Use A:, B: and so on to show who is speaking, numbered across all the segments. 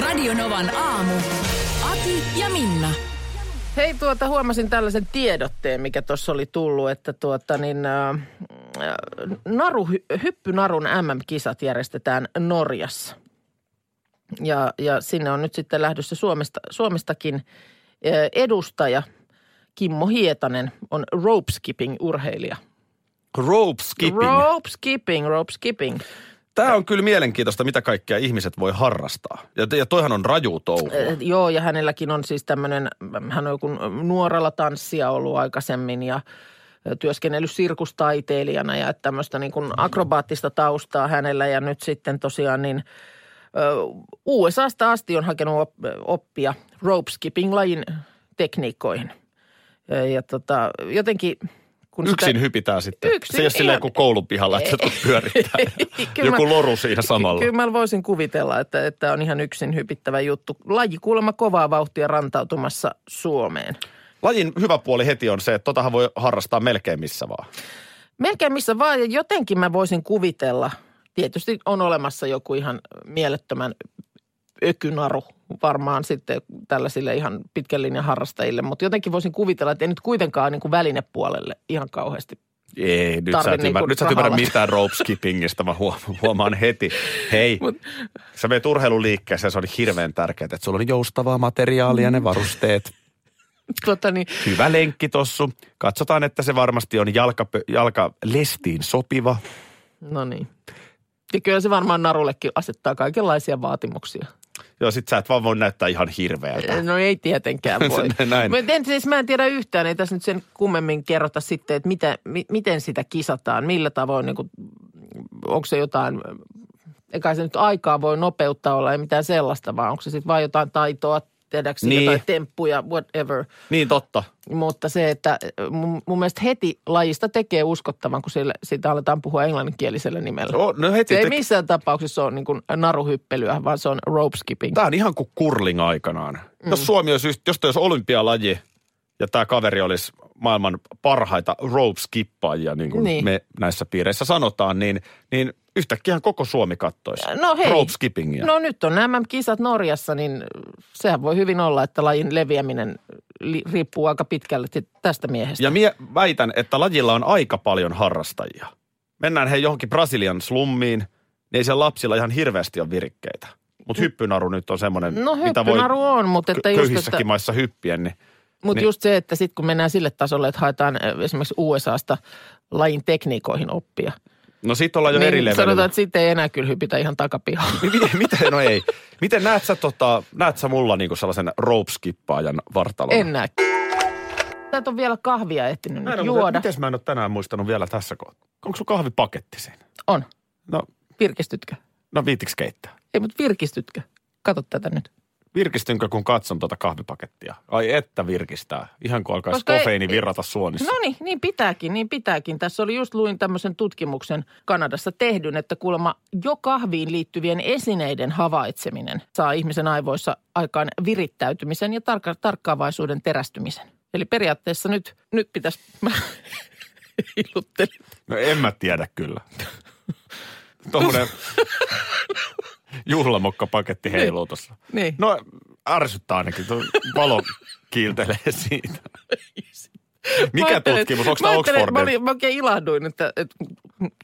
A: Radionovan aamu. Ati ja Minna.
B: Hei, tuota, huomasin tällaisen tiedotteen, mikä tuossa oli tullut, että tuota, niin, äh, naru, hy- hyppynarun MM-kisat järjestetään Norjassa. Ja, ja sinne on nyt sitten lähdössä Suomesta, Suomestakin äh, edustaja Kimmo Hietanen on rope skipping urheilija.
C: Rope skipping.
B: Rope skipping, rope skipping.
C: Tämä on kyllä mielenkiintoista, mitä kaikkea ihmiset voi harrastaa. Ja, ja toihan on raju touhu.
B: Äh, joo, ja hänelläkin on siis tämmöinen, hän on joku nuoralla tanssia ollut aikaisemmin ja eh, työskennellyt sirkustaiteilijana ja että tämmöistä niin kuin akrobaattista taustaa hänellä ja nyt sitten tosiaan niin ö, USAsta asti on hakenut op- oppia rope skipping lajin tekniikoihin. Ö, Ja tota, jotenkin kun
C: Yksin hypitään sitten.
B: Yksin,
C: se ei ole silleen
B: ihan-
C: kuin koulun pihalla, että sä tulet pyörittää.
B: Kyllä
C: Joku
B: mä-
C: loru siinä samalla.
B: Kyllä mä voisin kuvitella, että, että on ihan yksin hypittävä juttu. Laji kuulemma kovaa vauhtia rantautumassa Suomeen.
C: Lajin hyvä puoli heti on se, että totahan voi harrastaa melkein missä vaan.
B: Melkein missä vaan, ja jotenkin mä voisin kuvitella, tietysti on olemassa joku ihan mielettömän ökynaru varmaan sitten tällaisille ihan pitkän linjan harrastajille, mutta jotenkin voisin kuvitella, että ei nyt kuitenkaan niin kuin välinepuolelle ihan kauheasti.
C: Ei, nyt
B: Tarvi
C: sä et,
B: niinku
C: ymmärrä, nyt sä et ymmärrä
B: rahalla.
C: mitään rope skippingistä, mä huom- huomaan heti. Hei, Mut. sä meet urheiluliikkeeseen, ja se on hirveän tärkeää, että sulla on joustavaa materiaalia, ne varusteet.
B: Tuota niin,
C: Hyvä lenkki tossu. Katsotaan, että se varmasti on jalkapö- jalkalestiin sopiva.
B: no niin. Ja kyllä se varmaan narullekin asettaa kaikenlaisia vaatimuksia.
C: Joo, sit sä et vaan voi näyttää ihan hirveältä.
B: No ei tietenkään voi.
C: Se- näin.
B: Mutta en, siis mä en tiedä yhtään, ei tässä nyt sen kummemmin kerrota sitten, että mitä, mi, miten sitä kisataan, millä tavoin, niin kuin, onko se jotain, eikä se nyt aikaa voi nopeuttaa olla, ei mitään sellaista, vaan onko se sitten vain jotain taitoa, tehdäänkö niin.
C: Niin.
B: jotain temppuja, whatever.
C: Niin totta.
B: Mutta se, että äh, mun, mun mielestä heti lajista tekee uskottavan, kun sille, siitä aletaan puhua englanninkielisellä nimellä.
C: Oh, no heti.
B: Se ei
C: Te...
B: missään tapauksessa ole niin kuin naruhyppelyä, vaan se on rope skipping.
C: Tämä on ihan kuin kurling aikanaan. Mm. Jos Suomi olisi, just- jos toi olisi olympialaji ja tämä kaveri olisi maailman parhaita rope-skippaajia, niin kuin
B: Niin.
C: niin. me näissä piireissä sanotaan, niin, niin yhtäkkiä koko Suomi kattoisi
B: No hei.
C: rope-skippingia.
B: No nyt on nämä kisat Norjassa, niin sehän voi hyvin olla, että lajin leviäminen li- riippuu aika pitkälti tästä miehestä.
C: Ja mie väitän, että lajilla on aika paljon harrastajia. Mennään he johonkin Brasilian slummiin, niin ei siellä lapsilla ihan hirveästi ole virikkeitä. Mutta hyppynaru nyt on semmoinen,
B: Mm. No
C: mitä voi
B: hyppynaru on, mutta, että
C: kö-
B: just,
C: köyhissäkin
B: että,
C: maissa hyppien, niin
B: mutta
C: niin-
B: just se, että sitten kun mennään sille tasolle, että haetaan ö, esimerkiksi USAsta lajin tekniikoihin oppia,
C: No sit ollaan jo niin, eri
B: niin
C: levelillä.
B: sanotaan, että sitten ei enää kyllä hypitä ihan takapihaan.
C: Mi- Miten, miten, no ei. Miten näet sä, tota, näet sä mulla niinku sellaisen rope-skippaajan vartalon?
B: En näe. Sä et ole vielä kahvia ehtinyt
C: Mä en
B: nyt
C: ole,
B: juoda.
C: Miten mä en ole tänään muistanut vielä tässä kohtaa? Onko sun kahvipaketti siinä?
B: On.
C: No,
B: Virkistytkö?
C: no viitiks keittää?
B: Ei, mutta virkistytkö? Kato tätä nyt.
C: Virkistynkö, kun katson tuota kahvipakettia? Ai että virkistää. Ihan kun alkaisi
B: Koska ei-
C: kofeiini virrata suonissa.
B: No niin, niin pitääkin, niin pitääkin. Tässä oli just luin tämmöisen tutkimuksen Kanadassa tehdyn, että kuulemma jo kahviin liittyvien esineiden havaitseminen saa ihmisen aivoissa aikaan virittäytymisen ja tarkka- tarkkaavaisuuden terästymisen. Eli periaatteessa nyt, nyt pitäisi, mä iluttelin.
C: No en mä tiedä kyllä. Tuommoinen juhlamokkapaketti heiluu tossa.
B: Niin.
C: No ärsyttää ainakin, tuo valo kiiltelee siitä.
B: Mä
C: Mikä
B: ajattelin,
C: tutkimus? Onko
B: mä
C: tämä
B: ajattelin, Mä,
C: Oxfordin?
B: olin, mä oikein ilahduin, että, että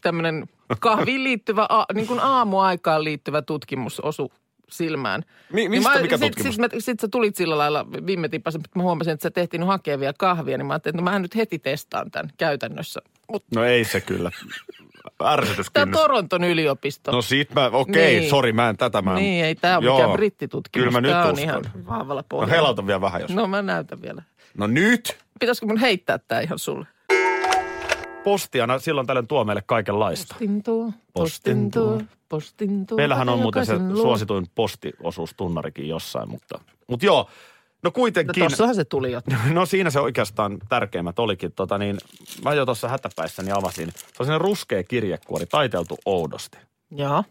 B: tämmöinen kahviin liittyvä, a, niin kuin aamuaikaan liittyvä tutkimus osu silmään.
C: Mi- mistä
B: niin
C: mikä
B: sit,
C: tutkimus?
B: Sitten sit, sä tulit sillä lailla viime tipasen, mutta mä huomasin, että sä tehtiin nyt hakea vielä kahvia, niin mä ajattelin, että no mä nyt heti testaan tämän käytännössä. Mutta
C: No ei se kyllä.
B: tämä
C: Ärsytyskynnys.
B: Toronton yliopisto.
C: No sit mä, okei,
B: Niin.
C: okay, sori, mä en tätä. Mä en,
B: niin, ei tämä ole
C: Joo.
B: mikään brittitutkimus.
C: Kyllä mä nyt
B: tää on
C: uskon.
B: ihan vahvalla
C: No
B: pohjalla.
C: helauta vielä vähän jos. No,
B: No mä näytän vielä.
C: no nyt!
B: Pitäisikö mun heittää tämä ihan sulle?
C: Postiana silloin tällöin tuo meille kaikenlaista.
B: Postin tuo, postin
C: Postin
B: tuo,
C: tuo.
B: postin tuo.
C: Meillähän on
B: kata
C: muuten se
B: jokaisen luo.
C: suosituin postiosuustunnarikin jossain, mutta, mutta joo. No
B: No
C: kuitenkin.
B: Tossahan se tuli jo.
C: No siinä se oikeastaan tärkeimmät olikin. Tota niin, mä jo tuossa hätäpäissäni avasin. Se on sellainen ruskea kirjekuori, taiteltu oudosti.
B: Joo.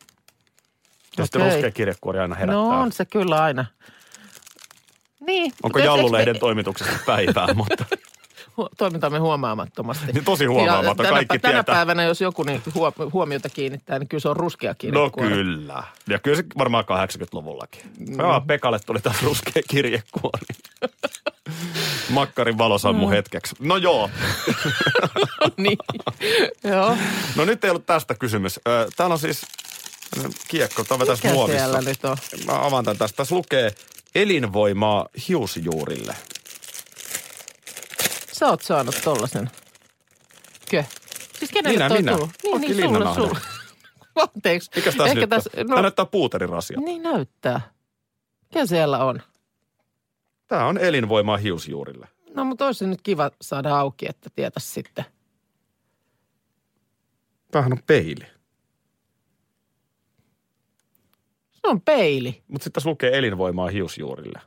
C: Ja sitten
B: Okei.
C: ruskea kirjekuori aina herättää.
B: No on se kyllä aina. Niin.
C: Onko
B: Eikö-
C: Jallulehden
B: eikö
C: toimituksesta päivää, mutta no
B: me- hu- toimintamme huomaamattomasti.
C: Niin tosi huomaamaton,
B: tänä,
C: kaikki
B: tänä
C: tietää.
B: päivänä, jos joku niin huo- huomiota kiinnittää, niin kyllä se on ruskea
C: No
B: kirjekuori.
C: kyllä. Ja kyllä se varmaan 80-luvullakin. No. Pekalle tuli taas ruskea kirjekuori. Makkarin valosammu hetkeksi. No joo.
B: niin. Joo.
C: No nyt ei ollut tästä kysymys. Ö, Täällä on siis mm, kiekko, tämä on tässä
B: Mikä siellä
C: muovissa.
B: nyt on?
C: Mä avaan tämän tästä. Tässä lukee elinvoimaa hiusjuurille.
B: Sä oot saanut tollasen. Kö? Siis kenelle
C: Minä,
B: toi
C: minä.
B: tullut? Niin,
C: Aki
B: niin, sulle,
C: Linnanahde.
B: sulle. Anteeksi.
C: Mikäs tässä
B: Ehkä
C: nyt
B: tässä,
C: on? Tämä
B: no,
C: näyttää puuterirasia.
B: niin näyttää. Mikä siellä on?
C: Tämä on elinvoimaa hiusjuurille.
B: No, mutta olisi nyt kiva saada auki, että tietäisi sitten.
C: Tämähän on peili.
B: Se on peili.
C: Mutta sitten tässä lukee elinvoimaa hiusjuurille.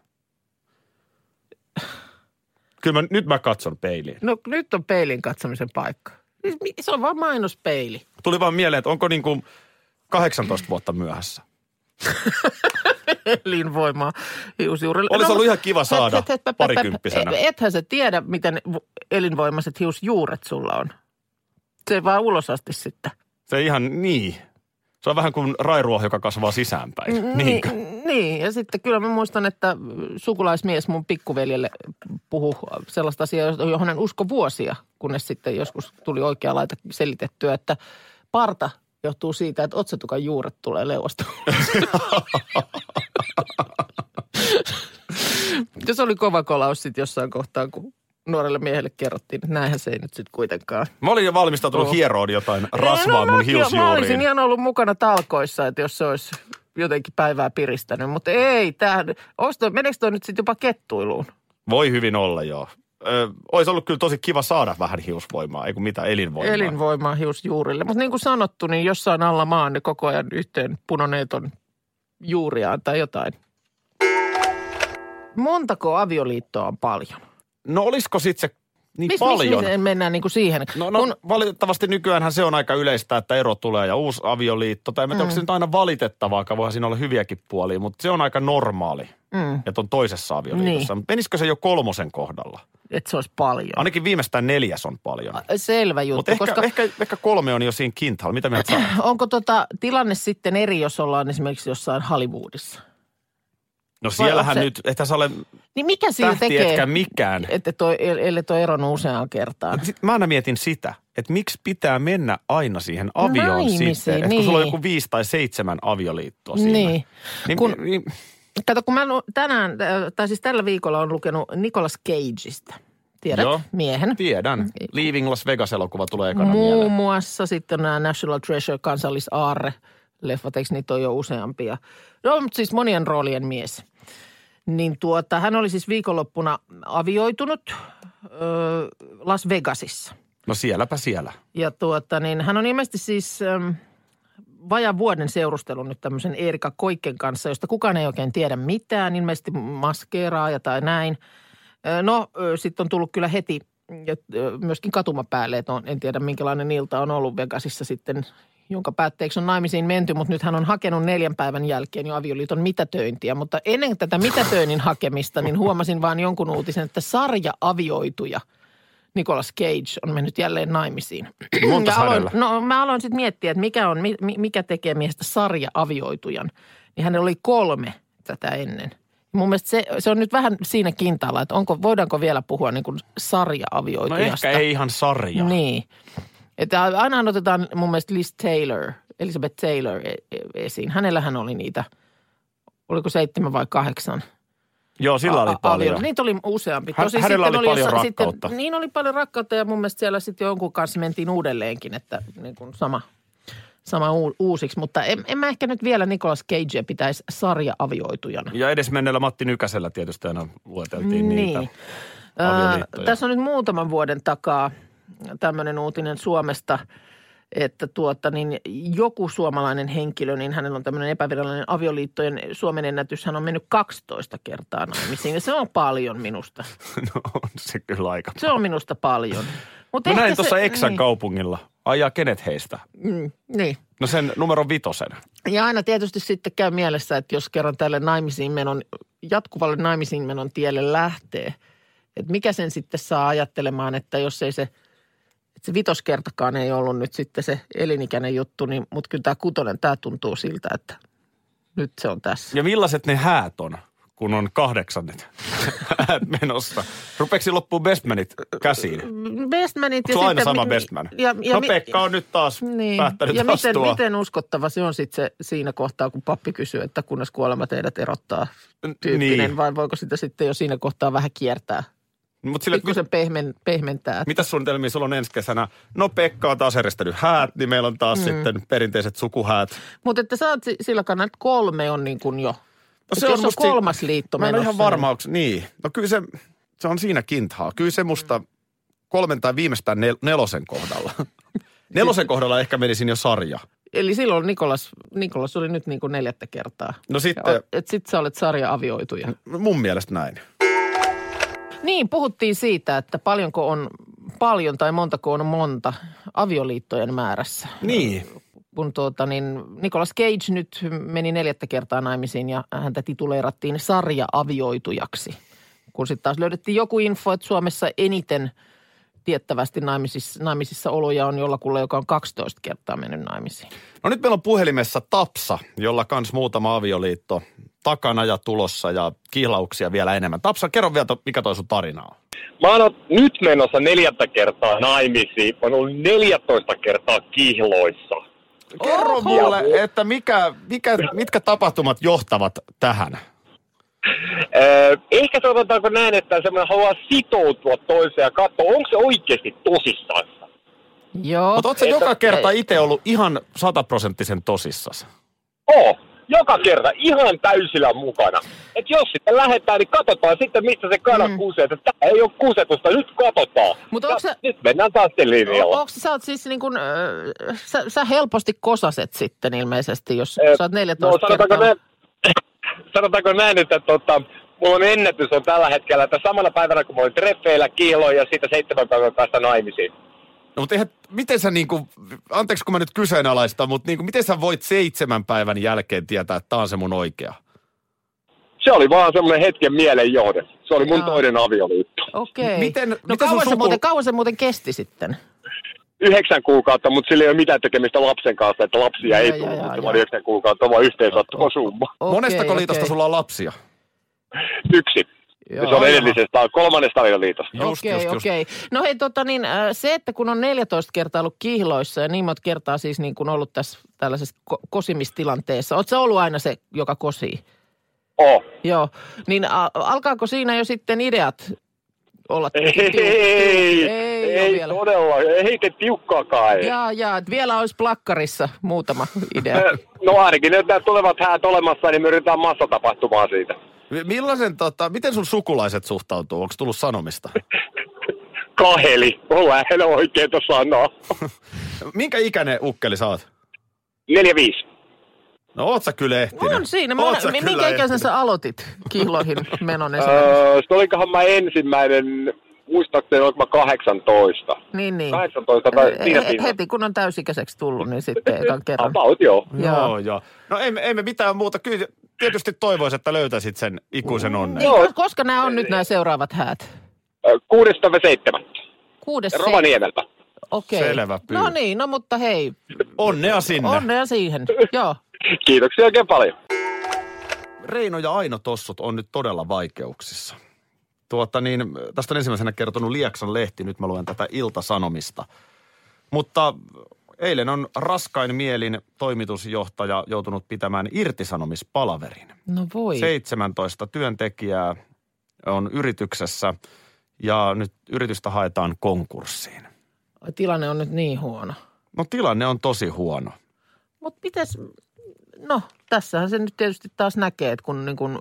C: Kyllä mä, nyt mä katson peiliin.
B: No nyt on peilin katsomisen paikka. Siis mi- Se on vaan mainospeili.
C: Tuli vaan mieleen, että onko niin kuin 18 vuotta myöhässä.
B: Elinvoimaa hiusjuurille. No,
C: Olisi ollut ihan kiva
B: het-
C: saada
B: het- het- pä- pä-
C: parikymppisenä.
B: pä- Ethän sä tiedä, miten vu- elinvoimaiset hiusjuuret sulla on. Se ei vaan ulos asti sitten.
C: Se ihan niin. Se on vähän kuin rairuoho, joka kasvaa sisäänpäin. Niin.
B: Mm, niin, ja sitten kyllä mä muistan, että sukulaismies mun pikkuveljelle puhui sellaista asiaa, johon hän usko vuosia, kunnes sitten joskus tuli oikea laita selitettyä, että parta johtuu siitä, että otsatukan juuret tulee leuasta. Ja se oli kova kolaus sitten jossain kohtaa, kun nuorelle miehelle kerrottiin, että näinhän se ei nyt sitten kuitenkaan
C: Mä olin jo valmistautunut
B: Joo.
C: hieroon jotain rasvaa mun
B: Oh. no, mäkin- Mä olisin
C: hiusjuuriin.
B: ihan ollut mukana talkoissa, että jos se olisi jotenkin päivää piristänyt, mutta ei, tämähän, osto, meneekö toi nyt sitten jopa kettuiluun?
C: Voi hyvin olla, joo. Ö, olisi ollut kyllä tosi kiva saada vähän hiusvoimaa, ei kun mitä, elinvoimaa.
B: Elinvoimaa hiusjuurille. Mutta niin kuin sanottu, niin jossain alla maan ne koko ajan yhteen punoneet on juuriaan tai jotain. Montako avioliittoa on paljon?
C: No olisiko sit se niin
B: Mis,
C: paljon?
B: Mis, mis, mennään niin kuin siihen.
C: No, no kun... valitettavasti nykyäänhän se on aika yleistä, että ero tulee ja uusi avioliitto. Tai en mä tiedä, onko
B: Mm.
C: se nyt aina valitettavaa, voihan siinä olla hyviäkin puolia, mutta se on aika normaali,
B: Mm,
C: että on toisessa avioliitossa. Niin. Menisikö se jo kolmosen kohdalla?
B: että se olisi paljon.
C: Ainakin viimeistään neljäs on paljon.
B: Selvä juttu,
C: Mutta ehkä,
B: koska...
C: koska... ehkä, ehkä kolme on jo siinä kintalla. Mitä mieltä sä?
B: Onko tota tilanne sitten eri, jos ollaan esimerkiksi jossain Hollywoodissa?
C: No
B: onko
C: siellähän
B: se-
C: nyt, että sä ole
B: Niin mikä siinä
C: tähti
B: tekee,
C: etkä mikään.
B: että toi, ellei toi eronnut useaan kertaan?
C: Mut Äh, sit mä aina mietin sitä, että miksi pitää mennä aina siihen avioon
B: Naimisiin,
C: sitten. Että kun sulla on
B: niin.
C: joku viisi tai seitsemän avioliittoa siinä.
B: Niin.
C: Niin,
B: Kun-
C: kun... niin,
B: Kato, kun mä lu- tänään, äh, tai siis tällä viikolla on lukenut Nicolas Cageista. Tiedät
C: Joo.
B: miehen.
C: tiedän. Leaving Las Vegas-elokuva tulee ekana
B: Muun
C: mieleen.
B: muassa sitten nämä National Treasure, kansallisaarre, leffat, eikö niitä ole jo useampia? No, mutta siis monien roolien mies. Niin tuota, hän oli siis viikonloppuna avioitunut ö, Las Vegasissa.
C: No sielläpä siellä.
B: Ja tuota, niin hän on ilmeisesti siis äm, vajaa vuoden seurustellut nyt tämmöisen Erika Koikken kanssa, josta kukaan ei oikein tiedä mitään, ilmeisesti maskeeraa ja tai näin. Ö, No sitten on tullut kyllä heti ja, ö, myöskin katumapäälle, että on, en tiedä minkälainen ilta on ollut Vegasissa sitten, jonka päätteeksi on naimisiin menty, mutta nyt hän on hakenut neljän päivän jälkeen jo avioliiton mitätöintiä. Mutta ennen tätä mitätöinnin hakemista, niin huomasin vaan jonkun uutisen, että sarja avioituja – Nicolas Cage on mennyt jälleen naimisiin.
C: Montas
B: Ja aloin,
C: hänellä?
B: no mä aloin sitten miettiä, että mikä, on, mi, mi- mikä tekee miehestä sarja-avioitujan. Niin hänellä oli kolme tätä ennen. Mun mielestä se, se on nyt vähän siinä kintaalla, että onko, voidaanko vielä puhua niin kuin
C: No
B: sarja-avioitujasta.
C: ehkä ei ihan sarja. Niin.
B: Niin. Että aina otetaan mun mielestä Liz Taylor, Elizabeth Taylor e- e- esiin. Hänellähän oli niitä, oliko seitsemän vai kahdeksan
C: Joo, sillä oli
B: a-
C: paljon.
B: avioliitto. Niitä oli useampi.
C: Hä-
B: Tosin
C: hänellä
B: sitten
C: oli paljon
B: jossain-
C: rakkautta.
B: Sitten, niin oli paljon rakkautta ja mun mielestä siellä sitten jonkun kanssa mentiin uudelleenkin, että niin kuin sama, sama u- uusiksi. Mutta en, en mä ehkä nyt vielä Nicolas Cagea pitäisi sarja-avioitujana.
C: Ja edesmenneellä Matti Nykäsellä tietysti aina
B: Niin.
C: lueteltiin niitä avioliittoja.
B: Ö, tässä on nyt muutaman vuoden takaa tämmöinen uutinen Suomesta, että tuota, niin joku suomalainen henkilö, niin hänellä on tämmöinen epävirallinen avioliittojen Suomen ennätys. Hän on mennyt 12 kertaa naimisiin ja se on paljon minusta.
C: no on se kyllä aika.
B: Se on minusta paljon. Mut
C: Mä
B: ehkä
C: No näin tuossa
B: se-
C: Eksan
B: niin,
C: kaupungilla. Ajaa kenet heistä?
B: mm, niin.
C: No sen numero vitosen.
B: Ja aina tietysti sitten käy mielessä, että jos kerran tälle naimisiin menon, jatkuvalle naimisiin menon tielle lähtee, Että mikä sen sitten saa ajattelemaan, että jos ei se, että se vitoskertakaan ei ollut nyt sitten se elinikäinen juttu, niin, mutta kyllä tämä kutonen, tämä tuntuu siltä, että nyt se on tässä.
C: Ja millaiset ne häät on, kun on kahdeksannet häät menossa? Rupeeksi loppuu bestmanit käsiin?
B: Bestmanit
C: Onko aina sama bestman?
B: Ja, ja,
C: no
B: mi-
C: Pekka on nyt taas
B: Niin.
C: päättänyt
B: Ja miten,
C: astua.
B: miten uskottava se on sitten se siinä kohtaa, kun pappi kysyy, että kunnes kuolema teidät erottaa tyyppinen,
C: Niin.
B: vai voiko sitä sitten jo siinä kohtaa vähän kiertää?
C: Mut sille, mit,
B: Pikkusen pehmen, pehmentää.
C: mitä suunnitelmia sulla on ensi kesänä? No Pekka on taas järjestänyt häät, niin meillä on
B: Mm.
C: taas sitten perinteiset sukuhäät. No
B: Mutta että sä oot si- sillä kannalla, että kolme on niin kuin jo. No
C: se
B: se
C: on
B: jos on
C: musta-
B: kolmas liitto
C: Mä en ole
B: menossa,
C: ihan varma, onko, niin. No kyllä se, se on siinä kintaa. Kyllä se musta kolmen tai viimeistään nel- nelosen kohdalla. Nelosen kohdalla ehkä menisin jo sarja.
B: Niin, eli silloin Nikolas, Nikolas oli nyt niin kuin neljättä kertaa.
C: No sitten,
B: Että sit sä olet sarja-avioituja.
C: mun mielestä näin.
B: Niin, puhuttiin siitä, että paljonko on paljon tai montako on monta avioliittojen määrässä.
C: Niin.
B: kun tuota, niin Nicolas Cage nyt meni neljättä kertaa naimisiin ja häntä tituleerattiin sarja-avioitujaksi. Kun sitten taas löydettiin joku info, että Suomessa eniten tiettävästi naimisissa, naimisissa oloja on jollakulla, joka on 12 kertaa mennyt naimisiin.
C: No nyt meillä on puhelimessa Tapsa, jolla kans muutama avioliitto takana ja tulossa ja kihlauksia vielä enemmän. Tapsa, kerro vielä, to, mikä toi sun tarina on.
D: Mä oon nyt menossa neljättä kertaa naimisiin. Mä oon ollut 14 kertaa kihloissa.
C: Kerro mulle, että mikä, mikä, mitkä tapahtumat johtavat tähän?
D: Öö, ehkä sanotaanko näin, että semmoinen haluaa sitoutua toiseen ja katsoa, onko se oikeasti tosissaan.
B: Joo.
C: Mutta ootko sä joka kerta itse ollut ihan sataprosenttisen tosissas?
D: Oo, joka kerta ihan täysillä mukana. Et jos sitten lähdetään, niin katsotaan sitten, mistä se kana mm. kusee. Että tää ei ole kusetusta, nyt katsotaan.
B: Mut
D: Ja
B: onks se-
D: Nyt mennään taas sen linjalla.
B: Onko sä, oot siis niin kun, äh, sä, sä, helposti kosaset sitten ilmeisesti, jos
D: Eh,
B: sä oot 14
D: no, sanotaanko
B: kertaa.
D: näin, sanotaanko näin, että tota, mulla on ennätys on tällä hetkellä, että samana päivänä kun mä olin treffeillä kiiloin ja siitä seitsemän päivän päästä naimisiin.
C: No, mutta eihän, miten sä niinku, anteeksi kun mä nyt kyseenalaistan, mutta niinku, miten sä voit seitsemän päivän jälkeen tietää, että tää on se mun oikea?
D: Se oli vaan semmoinen hetken mielenjohde. Se oli mun
B: Jaa.
D: toinen avioliitto.
B: Okei.
C: Miten-
B: no
C: miten sun
B: kauan, se
C: suku-
B: muuten, kauan se muuten kesti sitten?
D: Yhdeksän kuukautta, mutta sillä ei ole mitään tekemistä lapsen kanssa, että lapsia ei
B: Jaa,
D: tule.
B: jaa,
D: mutta
B: jaa,
D: Se oli
B: jaa.
D: yhdeksän kuukautta, vaan yhteensattuva summa.
B: Okei,
C: Monestako liitosta
B: okei.
C: sulla on lapsia?
D: Yksi.
B: Joo.
D: se on edellisestä, kolmannesta avioliitosta.
C: Just,
B: okei,
C: just, just.
B: okei. No hei, tota niin, äh, se, että kun on 14 kertaa ollut kihloissa ja niin monta kertaa siis niin kuin ollut tässä tällaisessa ko- kosimistilanteessa. Oletko sä ollut aina se, joka kosii?
D: Oh.
B: Joo. Niin a- alkaako siinä jo sitten ideat olla?
D: Ei,
B: tiu- tiu-
D: ei,
B: ei, ole
D: ei
B: vielä.
D: todella, ei te tiukkaakaan. ei.
B: Jaa, jaa, että vielä olisi plakkarissa muutama idea.
D: Ö, No ainakin nyt nämä tulevat häät olemassa, niin me yritetään massatapahtumaa siitä.
C: Mi- Millaisen, tota, miten sun sukulaiset suhtautuu? Onko tullut sanomista?
D: Kaheli, on lähellä oikeita sanaa.
C: Minkä ikäinen ukkeli sä oot?
D: 4-5.
C: No oot sä kyllä ehtinen.
B: on siinä. Mä,
C: Oot sä
B: mi-
C: kyllä
B: minkä ikäisen
C: ehtinen.
B: sä aloitit kihloihin menon esimerkiksi?
D: Öö, se olikohan mä ensimmäinen, muistaakseni oliko mä 18.
B: niin, niin.
D: 18 tai
B: Eh,
D: siinä
B: he-
D: siinä.
B: Heti kun on täysikäiseksi tullut, niin sitten ekan kerran.
D: About, joo.
C: Joo,
B: Joo.
C: joo. No ei, me- ei me mitään muuta. Kyllä tietysti toivois, että löytäisit sen ikuisen
B: Mm.
C: onnen.
D: Joo.
B: Kos- Niin, Koska nämä on nyt nämä seuraavat häät?
D: Ö, Kuudesta vai seitsemän.
B: Kuudes se-
D: Rovaniemeltä.
B: Okei.
C: Selvä pyy.
B: No niin, no mutta hei,
C: Onnea sinne.
B: onnea siihen. Joo.
D: Kiitoksia oikein paljon.
C: Reino ja Aino Tossut on nyt todella vaikeuksissa. Tuota niin, tästä on ensimmäisenä kertonut Lieksan lehti, nyt mä luen tätä Ilta-Sanomista. Mutta eilen on raskain mielin toimitusjohtaja joutunut pitämään irtisanomispalaverin.
B: No voi.
C: 17 työntekijää on yrityksessä ja nyt yritystä haetaan konkurssiin.
B: Tilanne on nyt niin huono.
C: No tilanne on tosi huono.
B: Mutta mitäs, no tässähän se nyt tietysti taas näkee, että kun niin kun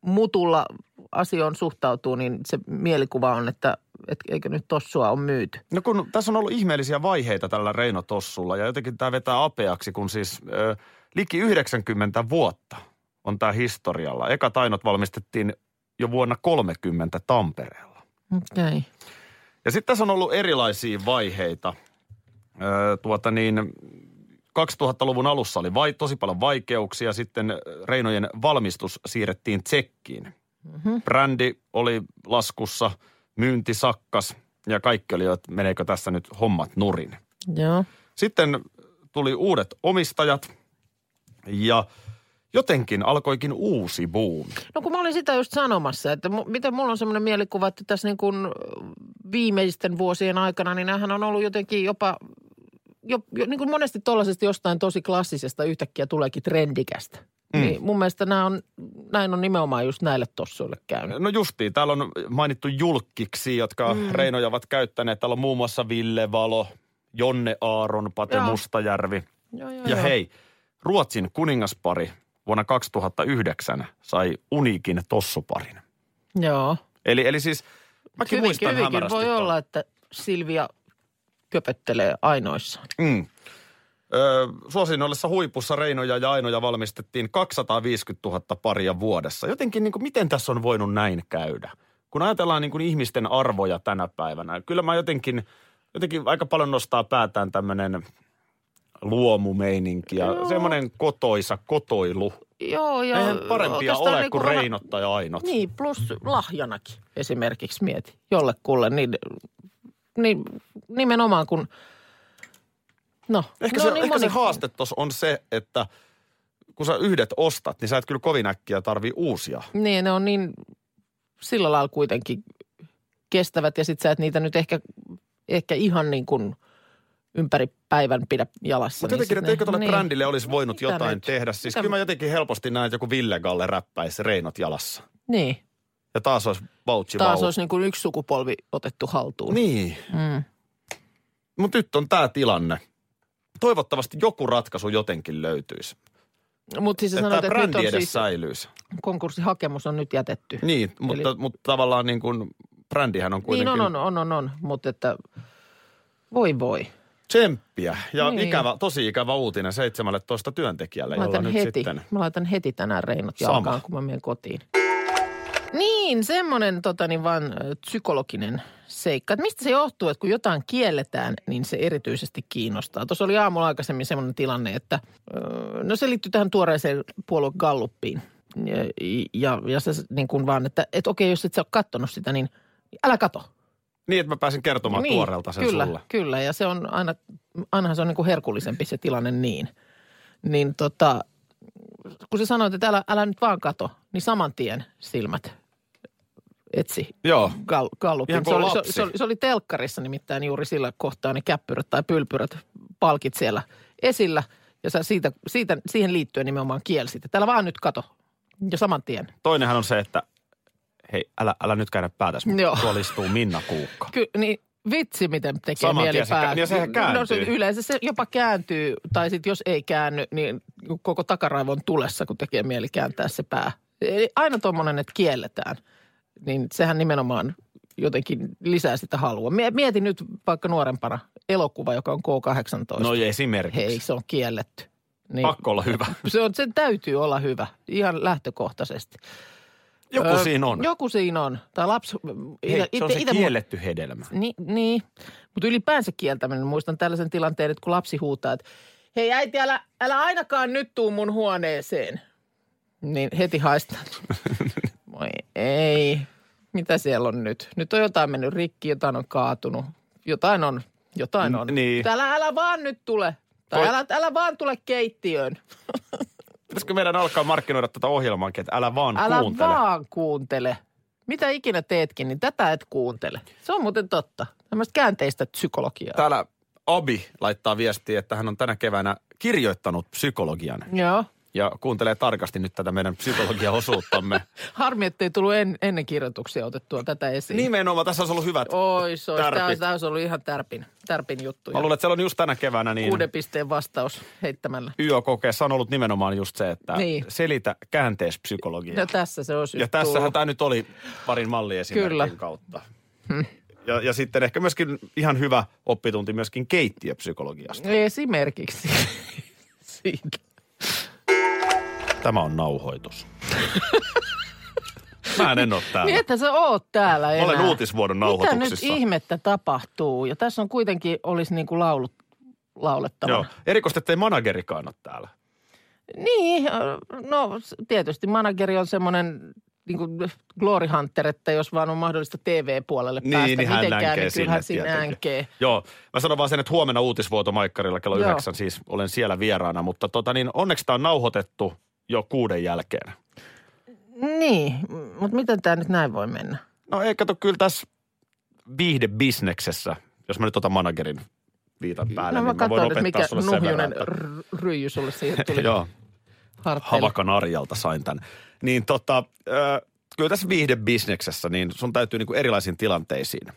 B: mutulla asioon suhtautuu, niin se mielikuva on, että et, eikö nyt tossua on myyty.
C: No kun tässä on ollut ihmeellisiä vaiheita tällä Reino Tossulla ja jotenkin tämä vetää apeaksi, kun siis ö, liki 90 vuotta on tämä historialla. Eka tainot valmistettiin jo vuonna 30 Tampereella.
B: Okei.
C: Ja sitten tässä on ollut erilaisia vaiheita. Öö, tuota niin, 2000-luvun alussa oli vai, tosi paljon vaikeuksia. Sitten Reinojen valmistus siirrettiin Tsekkiin. Mm-hmm. Brändi oli laskussa. myynti sakkas ja kaikki oli jo, että meneekö tässä nyt hommat nurin.
B: Joo.
C: Sitten tuli uudet omistajat ja jotenkin alkoikin uusi buumi.
B: No kun mä olin sitä just sanomassa, että mu- miten mulla on semmoinen mielikuva, että tässä niin kuin viimeisten vuosien aikana, niin näähän on ollut jotenkin jopa, jo, jo, niin kuin monesti tollaisesta jostain tosi klassisesta yhtäkkiä tuleekin trendikästä. Mm. Niin mun mielestä nämä on, näin on nimenomaan just näille tossuille käynyt.
C: No justiin, täällä on mainittu julkkiksi, jotka mm. Reinoja ovat käyttäneet. Täällä on muun muassa Ville Valo, Jonne Aaron, Pate
B: Joo.
C: Mustajärvi.
B: Joo, joo,
C: Ja
B: joo.
C: hei, Ruotsin kuningaspari vuonna 2009 sai uniikin tossuparin.
B: Joo.
C: Eli, eli siis, mäkin
B: Hyvinkin,
C: muistan
B: hyvinkin
C: hämärästi
B: voi
C: ton.
B: olla, että Silvia köpöttelee ainoissaan.
C: Mm. Öö, suosinnollessa huipussa Reinoja ja Ainoja valmistettiin 250 000 paria vuodessa. Jotenkin niin kuin, miten tässä on voinut näin käydä? Kun ajatellaan niin kuin ihmisten arvoja tänä päivänä, kyllä mä jotenkin, jotenkin aika paljon nostaa päätään tämmöinen luomumeininki ja
B: Joo.
C: semmoinen kotoisa kotoilu.
B: Joo, ja
C: Eihän parempia
B: oikeastaan
C: ole
B: niin
C: kuin
B: ona-
C: Reinot tai Ainot.
B: Niin, plus lahjanakin esimerkiksi mieti jollekulle, niin, niin nimenomaan kun, no.
C: Ehkä,
B: no
C: se,
B: niin
C: ehkä se
B: moni-
C: haaste tuossa on se, että kun sä yhdet ostat, niin sä et kyllä kovin äkkiä tarvii uusia.
B: Niin, ne on niin sillä lailla kuitenkin kestävät ja sit sä et niitä nyt ehkä, ehkä ihan niin kuin ympäri päivän pidä jalassa.
C: Mutta
B: niin
C: jotenkin,
B: sit
C: että eikö
B: ne-
C: tuolle
B: niin.
C: brändille olisi voinut
B: Mitä
C: jotain
B: nyt?
C: tehdä. Siis
B: Mitä-
C: kyllä mä jotenkin helposti näen, että joku Ville Galle räppäisi Reinot jalassa.
B: Niin,
C: Ja taas olisi vautsi
B: taas
C: vau.
B: olisi niin kuin yksi sukupolvi otettu haltuun.
C: Niin,
B: Mm.
C: mutta nyt on tämä tilanne. Toivottavasti joku ratkaisu jotenkin löytyisi.
B: Mutta siis sä
C: Että
B: sanoit,
C: tämä
B: että nyt
C: brändi
B: on
C: edes
B: siis
C: säilyisi.
B: konkurssihakemus on nyt jätetty.
C: Niin, mutta, mutta tavallaan niin kuin brändihän on kuitenkin
B: Niin on, on, on, on, on. mutta että voi voi.
C: tsemppiä. Ja
B: Niin.
C: ikävä, tosi ikävä uutinen 17 työntekijälle,
B: Mä
C: jolla
B: laitan,
C: nyt
B: heti,
C: sitten...
B: mä laitan heti tänään reinot
C: Sama.
B: jalkaan, kun mä menen kotiin. Niin, semmoinen tota, niin vaan ö, psykologinen seikka. Että mistä se johtuu, että kun jotain kielletään, niin se erityisesti kiinnostaa. Tuossa oli aamulla aikaisemmin semmoinen tilanne, että ö, no se liittyy tähän tuoreeseen puolue Galluppiin. Ja, ja, ja se niin kuin vaan, että et okei, jos et sä ole kattonut sitä, niin älä kato.
C: Niin, että mä pääsin kertomaan niin, tuoreelta sen
B: kyllä,
C: sulle.
B: Kyllä, ja se on aina, ainahan se on niin kuin herkullisempi se tilanne niin. Niin tota, kun sä sanoit, että älä, älä nyt vaan kato, niin saman tien silmät etsi
C: Joo.
B: gal, gallupin.
C: Ihan
B: Se
C: kuin
B: oli, se,
C: lapsi.
B: se, oli, se oli telkkarissa nimittäin juuri sillä kohtaa ne käppyrät tai pylpyrät, palkit siellä esillä. Ja sä siitä, siitä, siihen liittyen nimenomaan kielsit, että älä vaan nyt kato. Ja saman tien.
C: Toinenhan on se, että hei, älä, älä nyt käydä päätäs,
B: Joo.
C: tuolla istuu Minna Kuukka.
B: Ky- niin vitsi, miten tekee
C: Saman
B: mieli
C: tien se kä-
B: päästä.
C: ja sehän
B: No, se
C: kääntyy.
B: yleensä se jopa kääntyy, tai sitten jos ei käänny, niin koko takaraivo on tulessa, kun tekee mieli kääntää se pää. Eli aina tuommoinen, että kielletään, niin sehän nimenomaan jotenkin lisää sitä halua. Mie- Mieti nyt vaikka nuorempana elokuva, joka on K-18.
C: No esimerkiksi.
B: Hei, se on kielletty. Niin,
C: Pakko olla hyvä.
B: se on, sen täytyy olla hyvä, ihan lähtökohtaisesti.
C: Joku
B: Ö,
C: siinä on.
B: Joku siinä on. Tämä lapsi...
C: Hei, se on se
B: mu-
C: kielletty hedelmä.
B: Niin, niin. mutta ylipäänsä kieltäminen. Muistan tällaisen tilanteen, että kun lapsi huutaa, että hei äiti, älä, älä ainakaan nyt tuu mun huoneeseen. Niin heti haistan. Voi ei, mitä siellä on nyt? Nyt on jotain mennyt rikki, jotain on kaatunut. Jotain on, jotain on.
C: N- niin.
B: Mutta Älä, älä vaan nyt tule. Tai
C: Toi-
B: älä, älä vaan tule keittiöön.
C: Pitäisikö meidän alkaa markkinoida tätä ohjelmaankin, että älä vaan
B: Älä
C: kuuntele.
B: vaan kuuntele. Mitä ikinä teetkin, niin tätä et kuuntele. Se on muuten totta. Tämmöistä käänteistä psykologiaa.
C: Täällä Abi laittaa viestiä, että hän on tänä keväänä kirjoittanut psykologian.
B: Joo.
C: Ja kuuntelee tarkasti nyt tätä meidän psykologiaosuuttamme.
B: Harmi, ettei tullut en, ennen kirjoituksia otettua tätä esiin.
C: Nimenomaan, tässä on ollut hyvät.
B: Niin. Ois, ois. Tämä
C: Niin. Tärpit.
B: olisi, tämä olisi ollut ihan tärpin, tärpin juttu.
C: Mä luulen, että siellä on just tänä keväänä niin...
B: Kuuden pisteen vastaus heittämällä.
C: YÖ-kokeessa on ollut nimenomaan just se, että
B: Niin.
C: selitä käänteispsykologiaa.
B: No tässä se olisi
C: Ja
B: just
C: tässähän
B: tullut.
C: tämä nyt oli parin malliesimerkin
B: Kyllä. Hmm.
C: kautta. Ja, ja sitten ehkä myöskin ihan hyvä oppitunti myöskin keittiöpsykologiasta.
B: Esimerkiksi. Siitä.
C: Tämä on nauhoitus. Mä en ole
B: Niin,
C: täällä.
B: että sä oot täällä enää.
C: Olen uutisvuodon
B: Mitä nyt
C: nauhoituksissa.
B: ihmettä tapahtuu? Ja tässä on kuitenkin, olisi niin kuin laulut laulettava.
C: Joo. Erikoista, ettei managerikaan ole täällä.
B: Niin, ö, no s- tietysti manageri on semmoinen niin kuin Glory Hunter, että jos vaan on mahdollista TV-puolelle
C: Niin,
B: päästä
C: niin hän
B: mitenkään,
C: änkee
B: niin kyllähän
C: sinne
B: siinä
C: tietenkin.
B: änkee.
C: Joo, mä sanon vaan sen, että huomenna uutisvuoto Maikkarilla kello
B: Joo.
C: yhdeksän, siis olen siellä vieraana, mutta tota niin, onneksi tämä on nauhoitettu jo kuuden jälkeen.
B: Niin, mutta miten tämä nyt näin voi mennä?
C: No ei kato, kyllä tässä viihdebisneksessä, jos mä nyt otan managerin viitan päälle,
B: no mä
C: niin mä voin
B: katson, että
C: opettaa
B: mikä
C: sulle sen verran,
B: nuhjunen
C: että...
B: r- ryijy sulle siihen tuli
C: Joo,
B: harteille.
C: Havakan Arjalta sain tämän. Niin tota, ö, kyllä tässä viihdebisneksessä, niin sun täytyy niinku erilaisiin tilanteisiin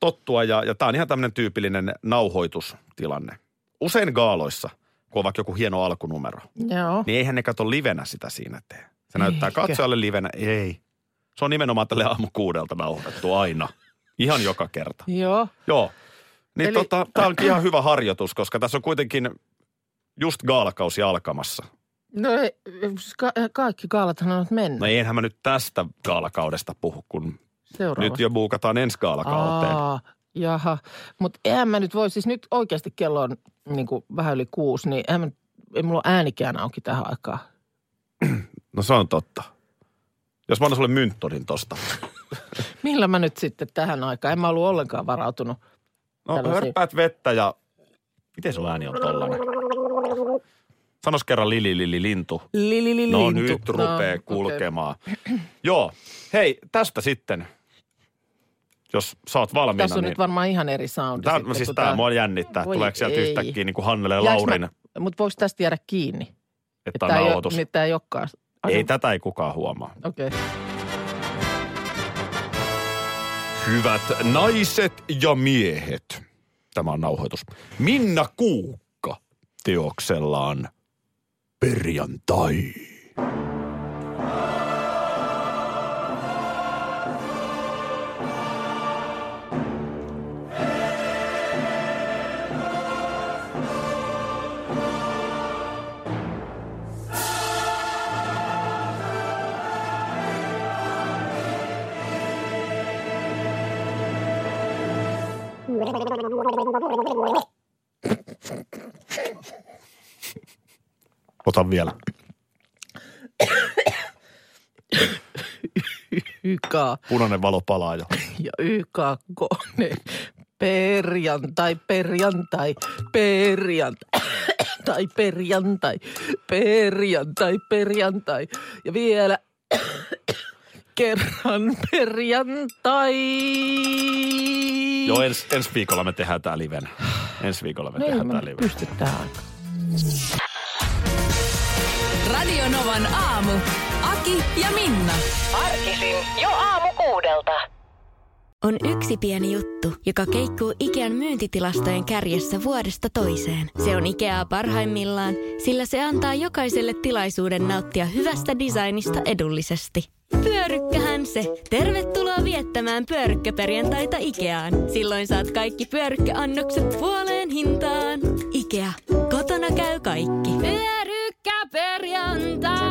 C: tottua. Ja, ja tämä on ihan tämmöinen tyypillinen nauhoitustilanne. Usein gaaloissa, kun on vaikka joku hieno alkunumero,
B: Joo.
C: niin eihän ne kato livenä sitä siinä tee.
B: Eikö?
C: Se näyttää katsojalle livenä. Ei. Se on nimenomaan tälle aamu kuudelta nauhoitettu aina. Ihan joka kerta.
B: Joo.
C: Joo. Niin
B: Eli-
C: Eli... tota, tämä onkin ihan hyvä harjoitus, koska tässä on kuitenkin just gaalakausi alkamassa.
B: No ei, ka- kaikki kaalathan ovat mennyt.
C: No eihän mä nyt tästä gaalakaudesta puhu, kun
B: Seuraava.
C: nyt jo buukataan ensi gaalakauteen.
B: Aa, jaha. Mutta eihän mä nyt voi, siis nyt oikeasti kello on niin kuin vähän yli kuusi, niin eihän mä, ei mulla ole äänikään auki tähän aikaan.
C: No se on totta. Jos mä annan sulle mynttonin tosta.
B: Millä mä nyt sitten tähän aikaan? En mä ollut ollenkaan varautunut.
C: No
B: Tällaisia.
C: hörppäät vettä ja... Miten sulla ääni on tollanen? Sanos kerran lili lili lintu.
B: Lili, li,
C: No
B: lintu.
C: nyt rupeaa
B: Niin, okei.
C: kulkemaan. Joo, hei tästä sitten, jos saat valmiina.
B: Tässä on
C: niin...
B: nyt varmaan ihan eri soundi.
C: Tämä,
B: sitten,
C: siis
B: kun
C: tämä mua jännittää,
B: Voi
C: tuleeko sieltä
B: ei.
C: yhtäkkiä niin kuin Hannele ja
B: Jääks
C: Laurin,
B: mä- Mutta voiko tästä jäädä kiinni?
C: että tämä on
B: ei,
C: nauhoitus.
B: oo- niin tää ei olekaan. Ai,
C: Ei
B: no,
C: tätä ei kukaan huomaa.
B: Okei. Okay.
C: Hyvät naiset ja miehet, tämä on nauhoitus. Minna Kuukka teoksellaan perjantai. Ota vielä.
B: Ykaa
C: Punainen valo palaa jo.
B: ja ykaa kone. Perjantai, perjantai, perjantai. Tai perjantai, perjantai, perjantai. Ja vielä kerran perjantai.
C: Joo, ens, ensi viikolla me tehdään tää livenä. Ensi viikolla me
B: No Ei
C: tehdään
B: me
C: tää
B: nyt
C: livenä.
B: pysty tähän aikaan.
A: Radio Novan aamu. Aki ja Minna.
E: Arkisin jo aamu kuudelta.
F: on yksi pieni juttu, joka keikkuu Ikean myyntitilastojen kärjessä vuodesta toiseen. Se on Ikeaa parhaimmillaan, sillä se antaa jokaiselle tilaisuuden nauttia hyvästä designista edullisesti. Pyörykkähän se! Tervetuloa viettämään pyörykkäperjantaita Ikeaan. Silloin saat kaikki pyörykkäannokset puoleen hintaan. Ikea, kotona käy kaikki. Pyörykkäperjantai!